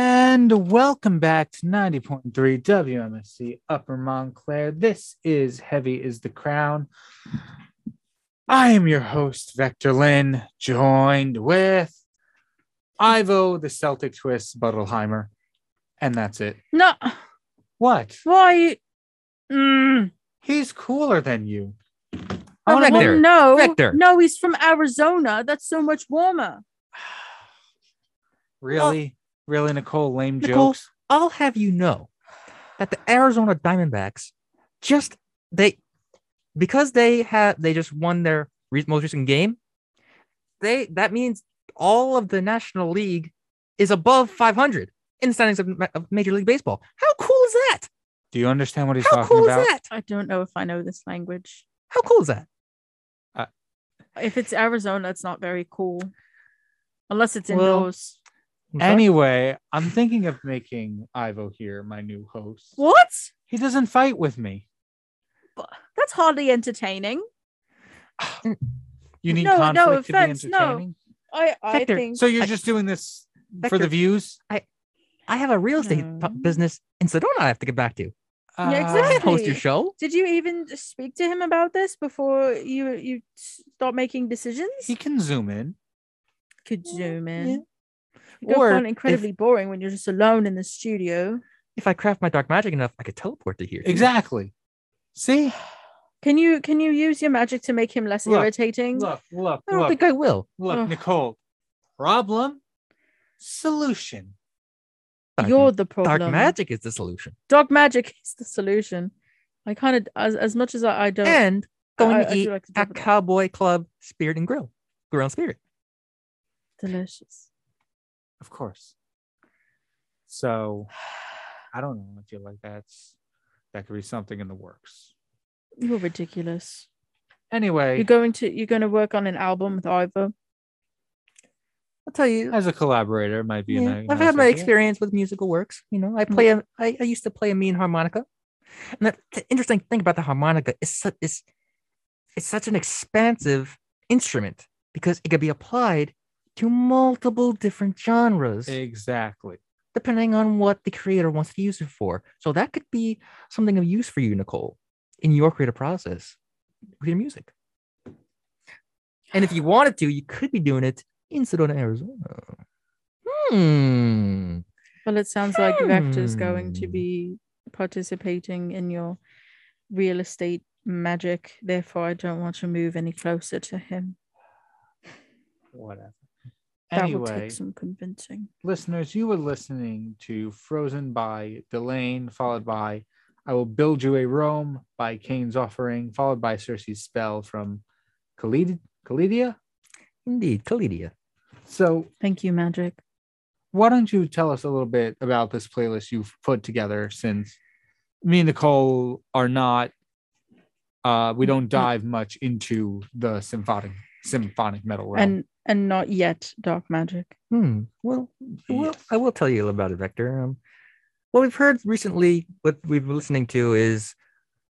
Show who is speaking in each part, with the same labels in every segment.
Speaker 1: And welcome back to 90.3 WMSC Upper Montclair. This is Heavy is the Crown. I am your host, Vector Lynn, joined with Ivo, the Celtic Twist, Buttelheimer. And that's it.
Speaker 2: No,
Speaker 1: What?
Speaker 2: why? Mm,
Speaker 1: He's cooler than you. I
Speaker 2: oh,
Speaker 1: wanna
Speaker 2: well,
Speaker 1: know-
Speaker 3: Vector.
Speaker 2: no,
Speaker 3: Vector.
Speaker 2: no, he's from Arizona. That's so much warmer.
Speaker 1: Really? Really, Nicole? Lame
Speaker 3: Nicole?
Speaker 1: jokes?
Speaker 3: I'll have you know that the Arizona Diamondbacks just they because they have they just won their re- most recent game. They that means all of the National League is above 500 in the standings of, ma- of Major League Baseball. How cool is that?
Speaker 1: Do you understand what he's
Speaker 3: How
Speaker 1: talking
Speaker 3: cool
Speaker 1: about?
Speaker 3: is that?
Speaker 2: I don't know if I know this language.
Speaker 3: How cool is that?
Speaker 2: If it's Arizona, it's not very cool, unless it's
Speaker 3: Well,
Speaker 2: indoors.
Speaker 1: Anyway, I'm thinking of making Ivo here my new host.
Speaker 2: What?
Speaker 1: He doesn't fight with me.
Speaker 2: That's hardly entertaining.
Speaker 3: uh,
Speaker 1: You need
Speaker 2: No, no
Speaker 1: conflict to
Speaker 2: offense,
Speaker 1: be
Speaker 2: no.
Speaker 1: entertaining.
Speaker 2: I, I
Speaker 3: Victor,
Speaker 2: think.
Speaker 1: So you're
Speaker 3: I-
Speaker 1: just doing this for
Speaker 3: Vector,
Speaker 1: the views?
Speaker 3: I have a real estate
Speaker 2: No.
Speaker 3: p- business in Sedona I have to get back to.
Speaker 1: Uh,
Speaker 2: Yeah,
Speaker 3: I can't host your
Speaker 2: Exactly.
Speaker 3: show.
Speaker 2: Did you even speak to him about this before you you start making decisions?
Speaker 1: He can zoom in.
Speaker 2: could zoom in.
Speaker 3: yeah.
Speaker 2: You don't
Speaker 3: Or
Speaker 2: find it
Speaker 3: if-
Speaker 2: incredibly boring when you're just alone in the studio.
Speaker 3: If I craft my dark magic enough, I could teleport to here. too.
Speaker 1: Exactly. See?
Speaker 2: Can you can you use your magic to make him less
Speaker 1: Look,
Speaker 2: irritating?
Speaker 1: Look, look,
Speaker 3: I don't
Speaker 1: look,
Speaker 3: think I will.
Speaker 1: look,
Speaker 2: Ugh.
Speaker 1: Nicole. Problem, solution.
Speaker 3: Dark
Speaker 2: You're the problem.
Speaker 3: Dark magic is the solution.
Speaker 2: Dark magic is the solution. I kind of as as much as I, I don't
Speaker 3: And going
Speaker 2: I- I
Speaker 3: to
Speaker 2: do
Speaker 3: eat
Speaker 2: like to talk
Speaker 3: at
Speaker 2: about-
Speaker 3: Cowboy Club Spirit and Grill. Grill and Spirit.
Speaker 2: delicious.
Speaker 1: Of course. So I don't know. I feel like that's that could be something in the works.
Speaker 2: You're ridiculous.
Speaker 1: Anyway,
Speaker 2: You're going to you're going to work on an album with Ivor.
Speaker 3: I'll tell you.
Speaker 1: as a collaborator, it might be. a
Speaker 3: yeah,
Speaker 1: nice-
Speaker 3: I've had
Speaker 1: nice
Speaker 3: my
Speaker 1: idea.
Speaker 3: experience with musical works. You know, I
Speaker 2: Mm-hmm.
Speaker 3: play a, I, I used to play a mean harmonica. And that, the interesting thing about the harmonica is such is it's such an expansive instrument because it could be applied to multiple different genres.
Speaker 1: Exactly.
Speaker 3: depending on what the creator wants to use it for. So that could be something of use for you, Nicole, in your creative process with your music. And if you wanted to, you could be doing it in Sedona, Arizona. Hmm.
Speaker 2: Well, it sounds like Vector's going to
Speaker 3: Hmm.
Speaker 2: be participating in your real estate magic. Therefore, I don't want to move any closer to him.
Speaker 1: Whatever.
Speaker 2: that will
Speaker 1: Anyway,
Speaker 2: take some convincing.
Speaker 1: listeners, you were listening to Frozen by Delane, followed by I Will Build You a Rome by Cain's Offering, followed by Circe's Spell from Khalid- Khalidia.
Speaker 3: Indeed, Calidia.
Speaker 1: So,
Speaker 2: Thank you, magic.
Speaker 1: why don't you tell us a little bit about this playlist you've put together since me and Nicole are not, uh, we don't
Speaker 3: Mm-hmm.
Speaker 1: dive much into the symphonic symphonic metal realm.
Speaker 2: And and not yet dark magic.
Speaker 3: Hmm. Well, well, I will tell you about it, Vector. Um, what we've heard recently, what we've been listening to is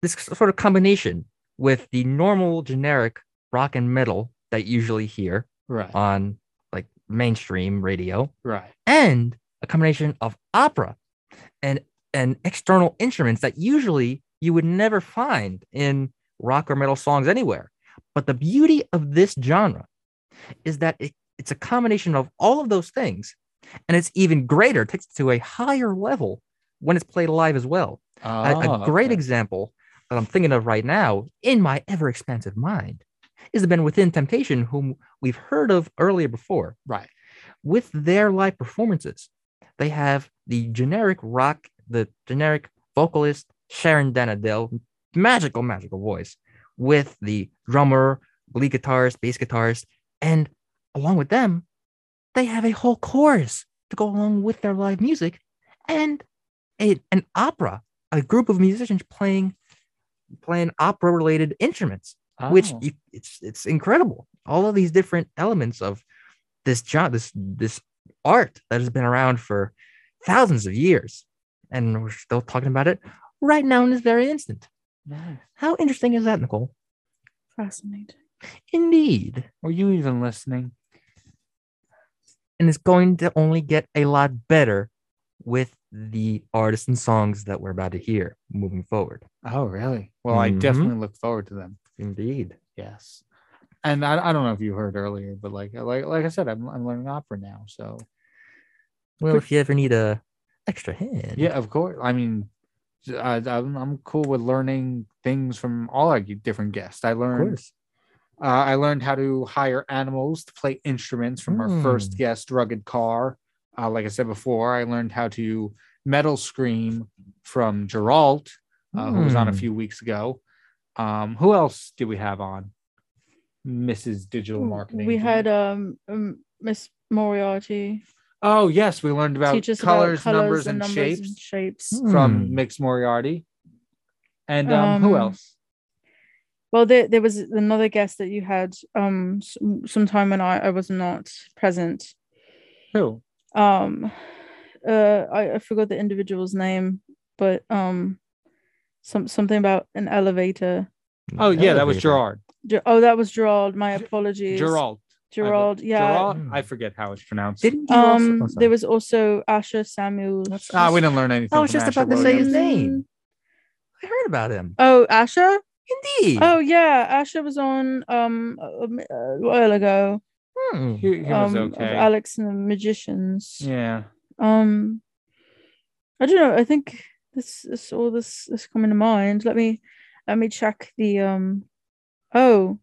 Speaker 3: this sort of combination with the normal generic rock and metal that you usually hear.
Speaker 1: right,
Speaker 3: on like mainstream radio
Speaker 1: right.
Speaker 3: and a combination of opera and and external instruments that usually you would never find in rock or metal songs anywhere but the beauty of this genre is that it, it's a combination of all of those things and it's even greater takes it to a higher level when it's played live as well a, a
Speaker 1: Ah,
Speaker 3: great
Speaker 1: okay.
Speaker 3: example that I'm thinking of right now in my ever expansive mind is the band Within Temptation, whom we've heard of earlier before.
Speaker 1: right.
Speaker 3: With their live performances, they have the generic rock, the generic vocalist Sharon Danadell, magical, magical voice, with the drummer, lead guitarist, bass guitarist, and along with them, they have a whole chorus to go along with their live music and a, an opera, a group of musicians playing playing opera related instruments, which
Speaker 1: Oh.
Speaker 3: you, it's it's incredible. All of these different elements of this job, this this art that has been around for thousands of years, and we're still talking about it right now in this very instant.
Speaker 1: Nice.
Speaker 3: How interesting is that, Nicole?
Speaker 2: Fascinating.
Speaker 3: Indeed.
Speaker 1: Were you even listening?
Speaker 3: and it's going to only get a lot better with the artists and songs that we're about to hear moving forward.
Speaker 1: Oh, really? Well, I
Speaker 3: Mhm.
Speaker 1: definitely look forward to them.
Speaker 3: Indeed.
Speaker 1: Yes. And I, I don't know if you heard earlier, but like like like I said, I'm I'm learning opera now. So
Speaker 3: Well, if you ever need a extra hand,
Speaker 1: yeah, of course. I mean, I, I'm I'm cool with learning things from all our different guests. I
Speaker 3: of
Speaker 1: learned
Speaker 3: course.
Speaker 1: uh, I learned how to hire animals to play instruments from our first
Speaker 3: Mm.
Speaker 1: guest, Rugged Car. Uh, like I said before, I learned how to metal scream from Geralt, uh, who was on a
Speaker 3: Mm.
Speaker 1: few weeks ago. Um, who else did we have on? Mrs. Digital Marketing.
Speaker 2: Hmm, We
Speaker 1: Did
Speaker 2: had
Speaker 1: you-
Speaker 2: um um, Miss Moriarty
Speaker 1: oh yes, we learned about
Speaker 2: teach us
Speaker 1: colors,
Speaker 2: about colors
Speaker 1: numbers, and, shapes
Speaker 2: and shapes.
Speaker 1: from
Speaker 3: Hmm.
Speaker 1: Mix Moriarty. And um, who
Speaker 2: Um,
Speaker 1: else?
Speaker 2: Well, there, there was another guest that you had um s- sometime when I, I was not present.
Speaker 1: Who?
Speaker 2: Um, uh, I, I forgot the individual's name, but um, some something about an elevator.
Speaker 1: Oh yeah, that was
Speaker 3: Elevator.
Speaker 1: Gerard.
Speaker 2: Ger- oh, that was Gerald. My apologies,
Speaker 1: Gerald.
Speaker 2: Gerald, yeah.
Speaker 1: Gerald.
Speaker 3: Hmm.
Speaker 1: I forget how it's pronounced.
Speaker 3: Didn't you also-
Speaker 2: Um,
Speaker 3: oh, sorry.
Speaker 2: there was also Asher Samuel.
Speaker 1: Ah, we didn't learn anything.
Speaker 3: I was
Speaker 1: from
Speaker 3: just about
Speaker 1: Asher
Speaker 3: to say his
Speaker 1: Williams.
Speaker 3: name. I heard about him.
Speaker 2: Oh, Asher.
Speaker 3: Indeed.
Speaker 2: Oh yeah, Asher was on um a, a while ago.
Speaker 3: Hmm.
Speaker 1: He, he was
Speaker 2: um, of
Speaker 1: okay.
Speaker 2: Alex and the Magicians.
Speaker 1: yeah.
Speaker 2: Um, I don't know. I think this is all this is coming to mind. Let me let me check the um. Oh, oh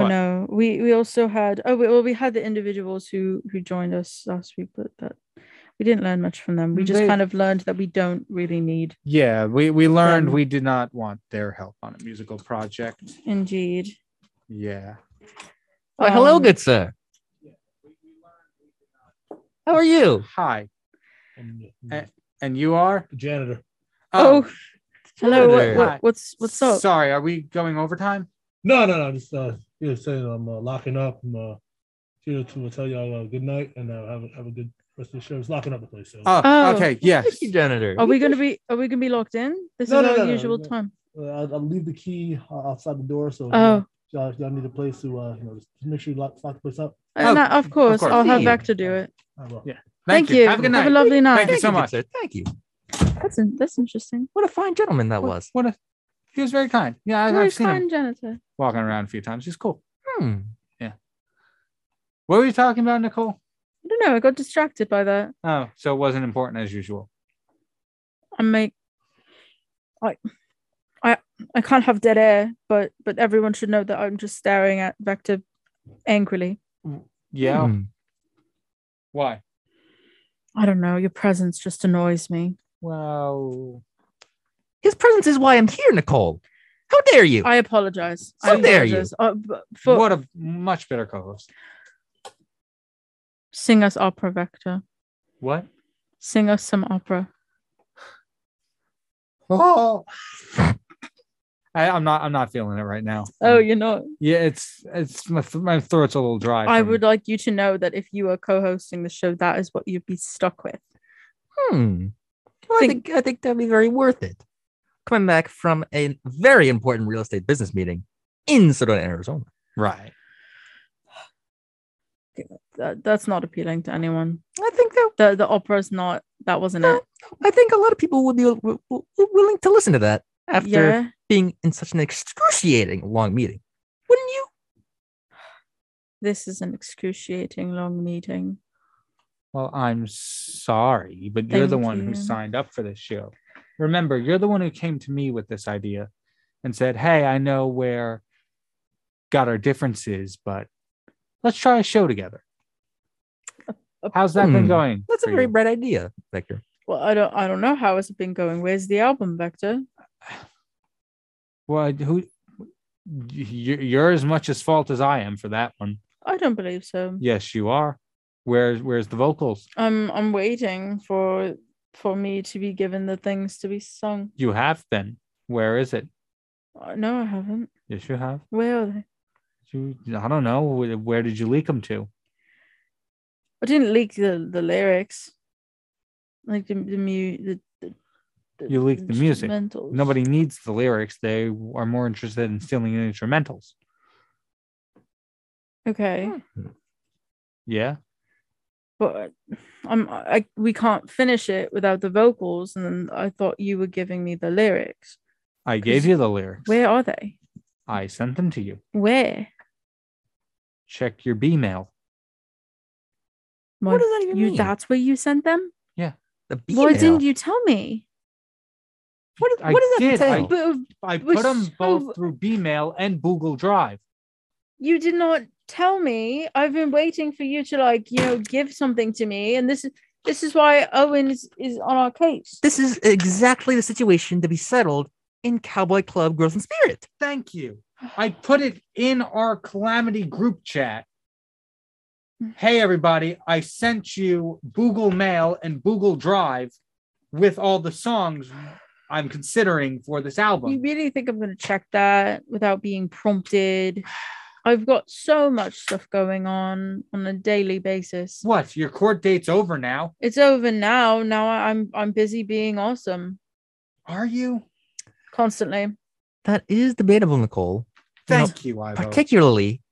Speaker 1: What?
Speaker 2: no. We we also had oh we, well we had the individuals who who joined us last week, but that we didn't learn much from them. We just
Speaker 1: They-
Speaker 2: kind of learned that we don't really need.
Speaker 1: Yeah, we, we learned
Speaker 2: Um,
Speaker 1: we did not want their help on a musical project.
Speaker 2: Indeed.
Speaker 1: Yeah.
Speaker 3: Why, hello,
Speaker 2: Um,
Speaker 3: good sir. How are you?
Speaker 1: Hi.
Speaker 4: I'm the-
Speaker 1: Eh, And you are?
Speaker 4: the janitor.
Speaker 2: Oh, hello. What,
Speaker 3: Janitor.
Speaker 1: Hi.
Speaker 2: what, what's what's up?
Speaker 1: Sorry, are we going overtime?
Speaker 4: No, no, no. Just uh, you know, saying I'm uh, locking up. I'm uh, here to tell y'all uh, good night and uh, have a, have a good rest of the show. It's locking up the place. So.
Speaker 1: Oh,
Speaker 2: Oh.
Speaker 1: okay. Yes.
Speaker 3: Thank you, janitor.
Speaker 2: Are we gonna be are we gonna be locked in? This
Speaker 4: No,
Speaker 2: is
Speaker 4: no,
Speaker 2: our
Speaker 4: no, no,
Speaker 2: usual
Speaker 4: no.
Speaker 2: time.
Speaker 4: Uh, I'll, I'll leave the key uh, outside the door. So
Speaker 2: Oh.
Speaker 4: you know, y'all, y'all need a place to uh, you know, just make sure you lock, lock the place up.
Speaker 2: Uh,
Speaker 1: Oh,
Speaker 2: no, of, course,
Speaker 1: course.
Speaker 2: I'll have
Speaker 3: Yeah.
Speaker 2: Vector do it.
Speaker 4: I will.
Speaker 1: Yeah.
Speaker 2: Thank, you.
Speaker 1: Have a good night.
Speaker 2: Have a lovely night.
Speaker 1: Thank you so
Speaker 3: good
Speaker 1: much.
Speaker 3: sir. Thank you.
Speaker 2: That's in, that's interesting.
Speaker 3: What a fine gentleman that was.
Speaker 1: What a, he was very kind. Yeah, I,
Speaker 2: Very
Speaker 1: I've seen him
Speaker 2: kind janitor.
Speaker 1: walking around a few times. He's cool.
Speaker 3: Hmm.
Speaker 1: What were you talking about, Nicole?
Speaker 2: I don't know. I got distracted by that.
Speaker 1: Oh, so it wasn't important as usual.
Speaker 2: I make. I, I, I can't have dead air, but but everyone should know that I'm just staring at Vector angrily.
Speaker 1: Yeah.
Speaker 3: Hmm.
Speaker 1: Why?
Speaker 2: I don't know. Your presence just annoys me.
Speaker 1: Well,
Speaker 3: His presence is why I'm here, Nicole. How dare you?
Speaker 2: I apologize. I
Speaker 3: How dare you.
Speaker 2: apologize. Uh, b- for
Speaker 1: what a much better co host.
Speaker 2: sing us opera, Vector.
Speaker 1: What?
Speaker 2: Sing us some opera.
Speaker 1: Oh. I, I'm not. I'm not feeling it right now.
Speaker 2: Oh, you know,
Speaker 1: Yeah, it's it's my, th- my throat's a little dry.
Speaker 2: I
Speaker 1: from-
Speaker 2: would like you to know that if you were co-hosting the show, that is what you'd be stuck with.
Speaker 3: Hmm. Well, I
Speaker 2: Think-
Speaker 3: think I think that'd be very worth it. Coming back from a very important real estate business meeting in Sedona, Arizona.
Speaker 1: right.
Speaker 2: That, that's not appealing to anyone.
Speaker 3: I think that
Speaker 2: The the opera's not. That wasn't it.
Speaker 3: I think a lot of people would be w- w- w- willing to listen to that after
Speaker 2: yeah.
Speaker 3: being in such an excruciating long meeting, wouldn't you?
Speaker 2: This is an excruciating long meeting.
Speaker 1: Well, I'm sorry, but you're
Speaker 2: Thank
Speaker 1: the one
Speaker 2: you.
Speaker 1: who signed up for this show. Remember, you're the one who came to me with this idea and said, "Hey, I know where got our differences, but let's try a show together." How's that been
Speaker 3: Hmm.
Speaker 1: going?
Speaker 3: That's a
Speaker 1: for
Speaker 3: very
Speaker 1: you?
Speaker 3: bright idea, Victor.
Speaker 2: Well, I don't I don't know how it's been going. Where's the album, Vector?
Speaker 1: well. Who y- you're as much as fault as I am for that one.
Speaker 2: I don't believe so.
Speaker 1: Yes, you are. Where's where's the vocals?
Speaker 2: I'm I'm waiting for for me to be given the things to be sung.
Speaker 1: You have been. Where is it?
Speaker 2: Uh, No, I haven't.
Speaker 1: Yes, you have.
Speaker 2: Where are they?
Speaker 1: You, I don't know. Where, where did you leak them to?
Speaker 2: I didn't leak the the lyrics, like the the mu the, the, the
Speaker 1: You leaked the music.
Speaker 2: instrumentals.
Speaker 1: Nobody needs the lyrics. They are more interested in stealing the instrumentals.
Speaker 2: Okay,
Speaker 3: Hmm.
Speaker 1: Yeah.
Speaker 2: but I'm I we can't finish it without the vocals, and then I thought you were giving me the lyrics.
Speaker 1: I gave you the lyrics.
Speaker 2: Where are they?
Speaker 1: I sent them to you.
Speaker 2: Where?
Speaker 1: Check your B mail.
Speaker 2: My-
Speaker 3: What does that even
Speaker 2: you,
Speaker 3: mean?
Speaker 2: That's where you sent them.
Speaker 3: The
Speaker 2: Why
Speaker 3: B-mail.
Speaker 2: didn't you tell me?
Speaker 3: What,
Speaker 1: I
Speaker 3: what does that
Speaker 1: did, I-
Speaker 3: entail?
Speaker 2: But
Speaker 1: I
Speaker 2: We're
Speaker 1: put them
Speaker 2: so-
Speaker 1: both through B mail and Google Drive.
Speaker 2: you did not tell me. I've been waiting for you to like you know give something to me, and this is this is why Owen is, is on our case.
Speaker 3: This is exactly the situation to be settled in Cowboy Club Girls in Spirit.
Speaker 1: Thank you. I put it in our calamity group chat. Hey, everybody, I sent you Google Mail and Google Drive with all the songs I'm considering for this
Speaker 2: You
Speaker 1: album.
Speaker 2: really think I'm going to check that without being prompted? I've got so much stuff going on on a daily basis.
Speaker 1: What? Your court date's over now.
Speaker 2: It's over now. Now I- I'm I'm busy being awesome
Speaker 1: Are you?
Speaker 2: constantly.
Speaker 3: That is debatable, Nicole,
Speaker 1: Thank you, Ivo.
Speaker 3: particularly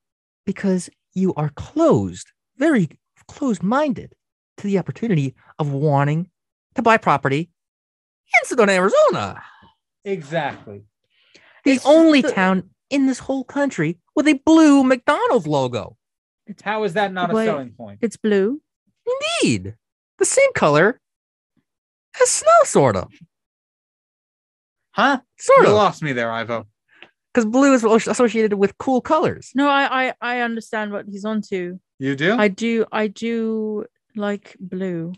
Speaker 3: because you are closed, very closed minded to the opportunity of wanting to buy property in Sedona, Arizona.
Speaker 1: exactly.
Speaker 3: the
Speaker 2: It's just
Speaker 3: only
Speaker 2: the-
Speaker 3: town in this whole country with a blue McDonald's logo.
Speaker 1: How is that not a
Speaker 2: Wait.
Speaker 1: selling point?
Speaker 2: It's blue.
Speaker 3: Indeed, the same color as snow, sort of,
Speaker 1: Huh?
Speaker 3: sort
Speaker 1: You
Speaker 3: of,
Speaker 1: lost me there, Ivo.
Speaker 3: because blue is associated with cool colors.
Speaker 2: No, I I, I understand what he's onto.
Speaker 1: You do?
Speaker 2: I do I do like blue.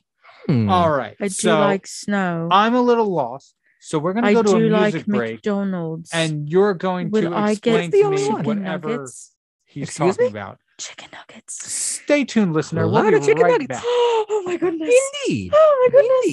Speaker 3: Hmm.
Speaker 1: all right.
Speaker 2: I do
Speaker 1: so
Speaker 2: like snow. I,
Speaker 1: I'm a little lost. So we're going to go to a
Speaker 2: do
Speaker 1: music
Speaker 2: like
Speaker 1: break.
Speaker 2: McDonald's.
Speaker 1: and you're going
Speaker 2: Will
Speaker 1: to
Speaker 2: I get
Speaker 1: explain to
Speaker 3: the only
Speaker 1: me
Speaker 3: one?
Speaker 1: whatever
Speaker 2: nuggets,
Speaker 1: he's
Speaker 3: Excuse
Speaker 1: talking
Speaker 3: me?
Speaker 1: about.
Speaker 2: chicken nuggets.
Speaker 1: Stay tuned, listener.
Speaker 3: A lot
Speaker 1: We'll
Speaker 3: of
Speaker 1: be
Speaker 3: chicken
Speaker 1: right
Speaker 3: nuggets.
Speaker 1: back.
Speaker 2: Oh my goodness.
Speaker 3: Indeed.
Speaker 2: Oh my goodness.